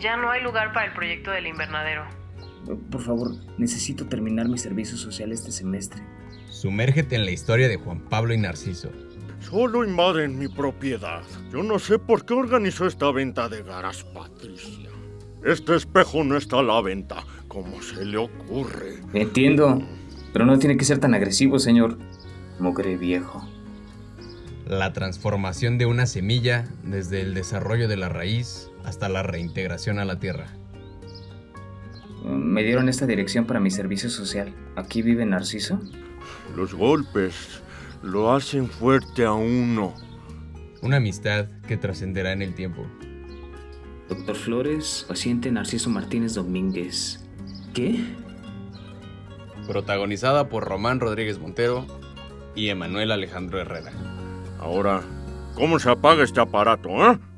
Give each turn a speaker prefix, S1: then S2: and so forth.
S1: Ya no hay lugar para el proyecto del invernadero.
S2: Por favor, necesito terminar mi servicio social este semestre.
S3: Sumérgete en la historia de Juan Pablo y Narciso.
S4: Solo invaden mi propiedad. Yo no sé por qué organizó esta venta de garas, Patricia. Este espejo no está a la venta, como se le ocurre.
S2: Entiendo, pero no tiene que ser tan agresivo, señor. Mugre viejo.
S3: La transformación de una semilla desde el desarrollo de la raíz hasta la reintegración a la tierra.
S2: Me dieron esta dirección para mi servicio social. ¿Aquí vive Narciso?
S4: Los golpes lo hacen fuerte a uno.
S3: Una amistad que trascenderá en el tiempo.
S2: Doctor Flores, paciente Narciso Martínez Domínguez. ¿Qué?
S3: Protagonizada por Román Rodríguez Montero y Emanuel Alejandro Herrera.
S4: Ahora, ¿cómo se apaga este aparato, eh?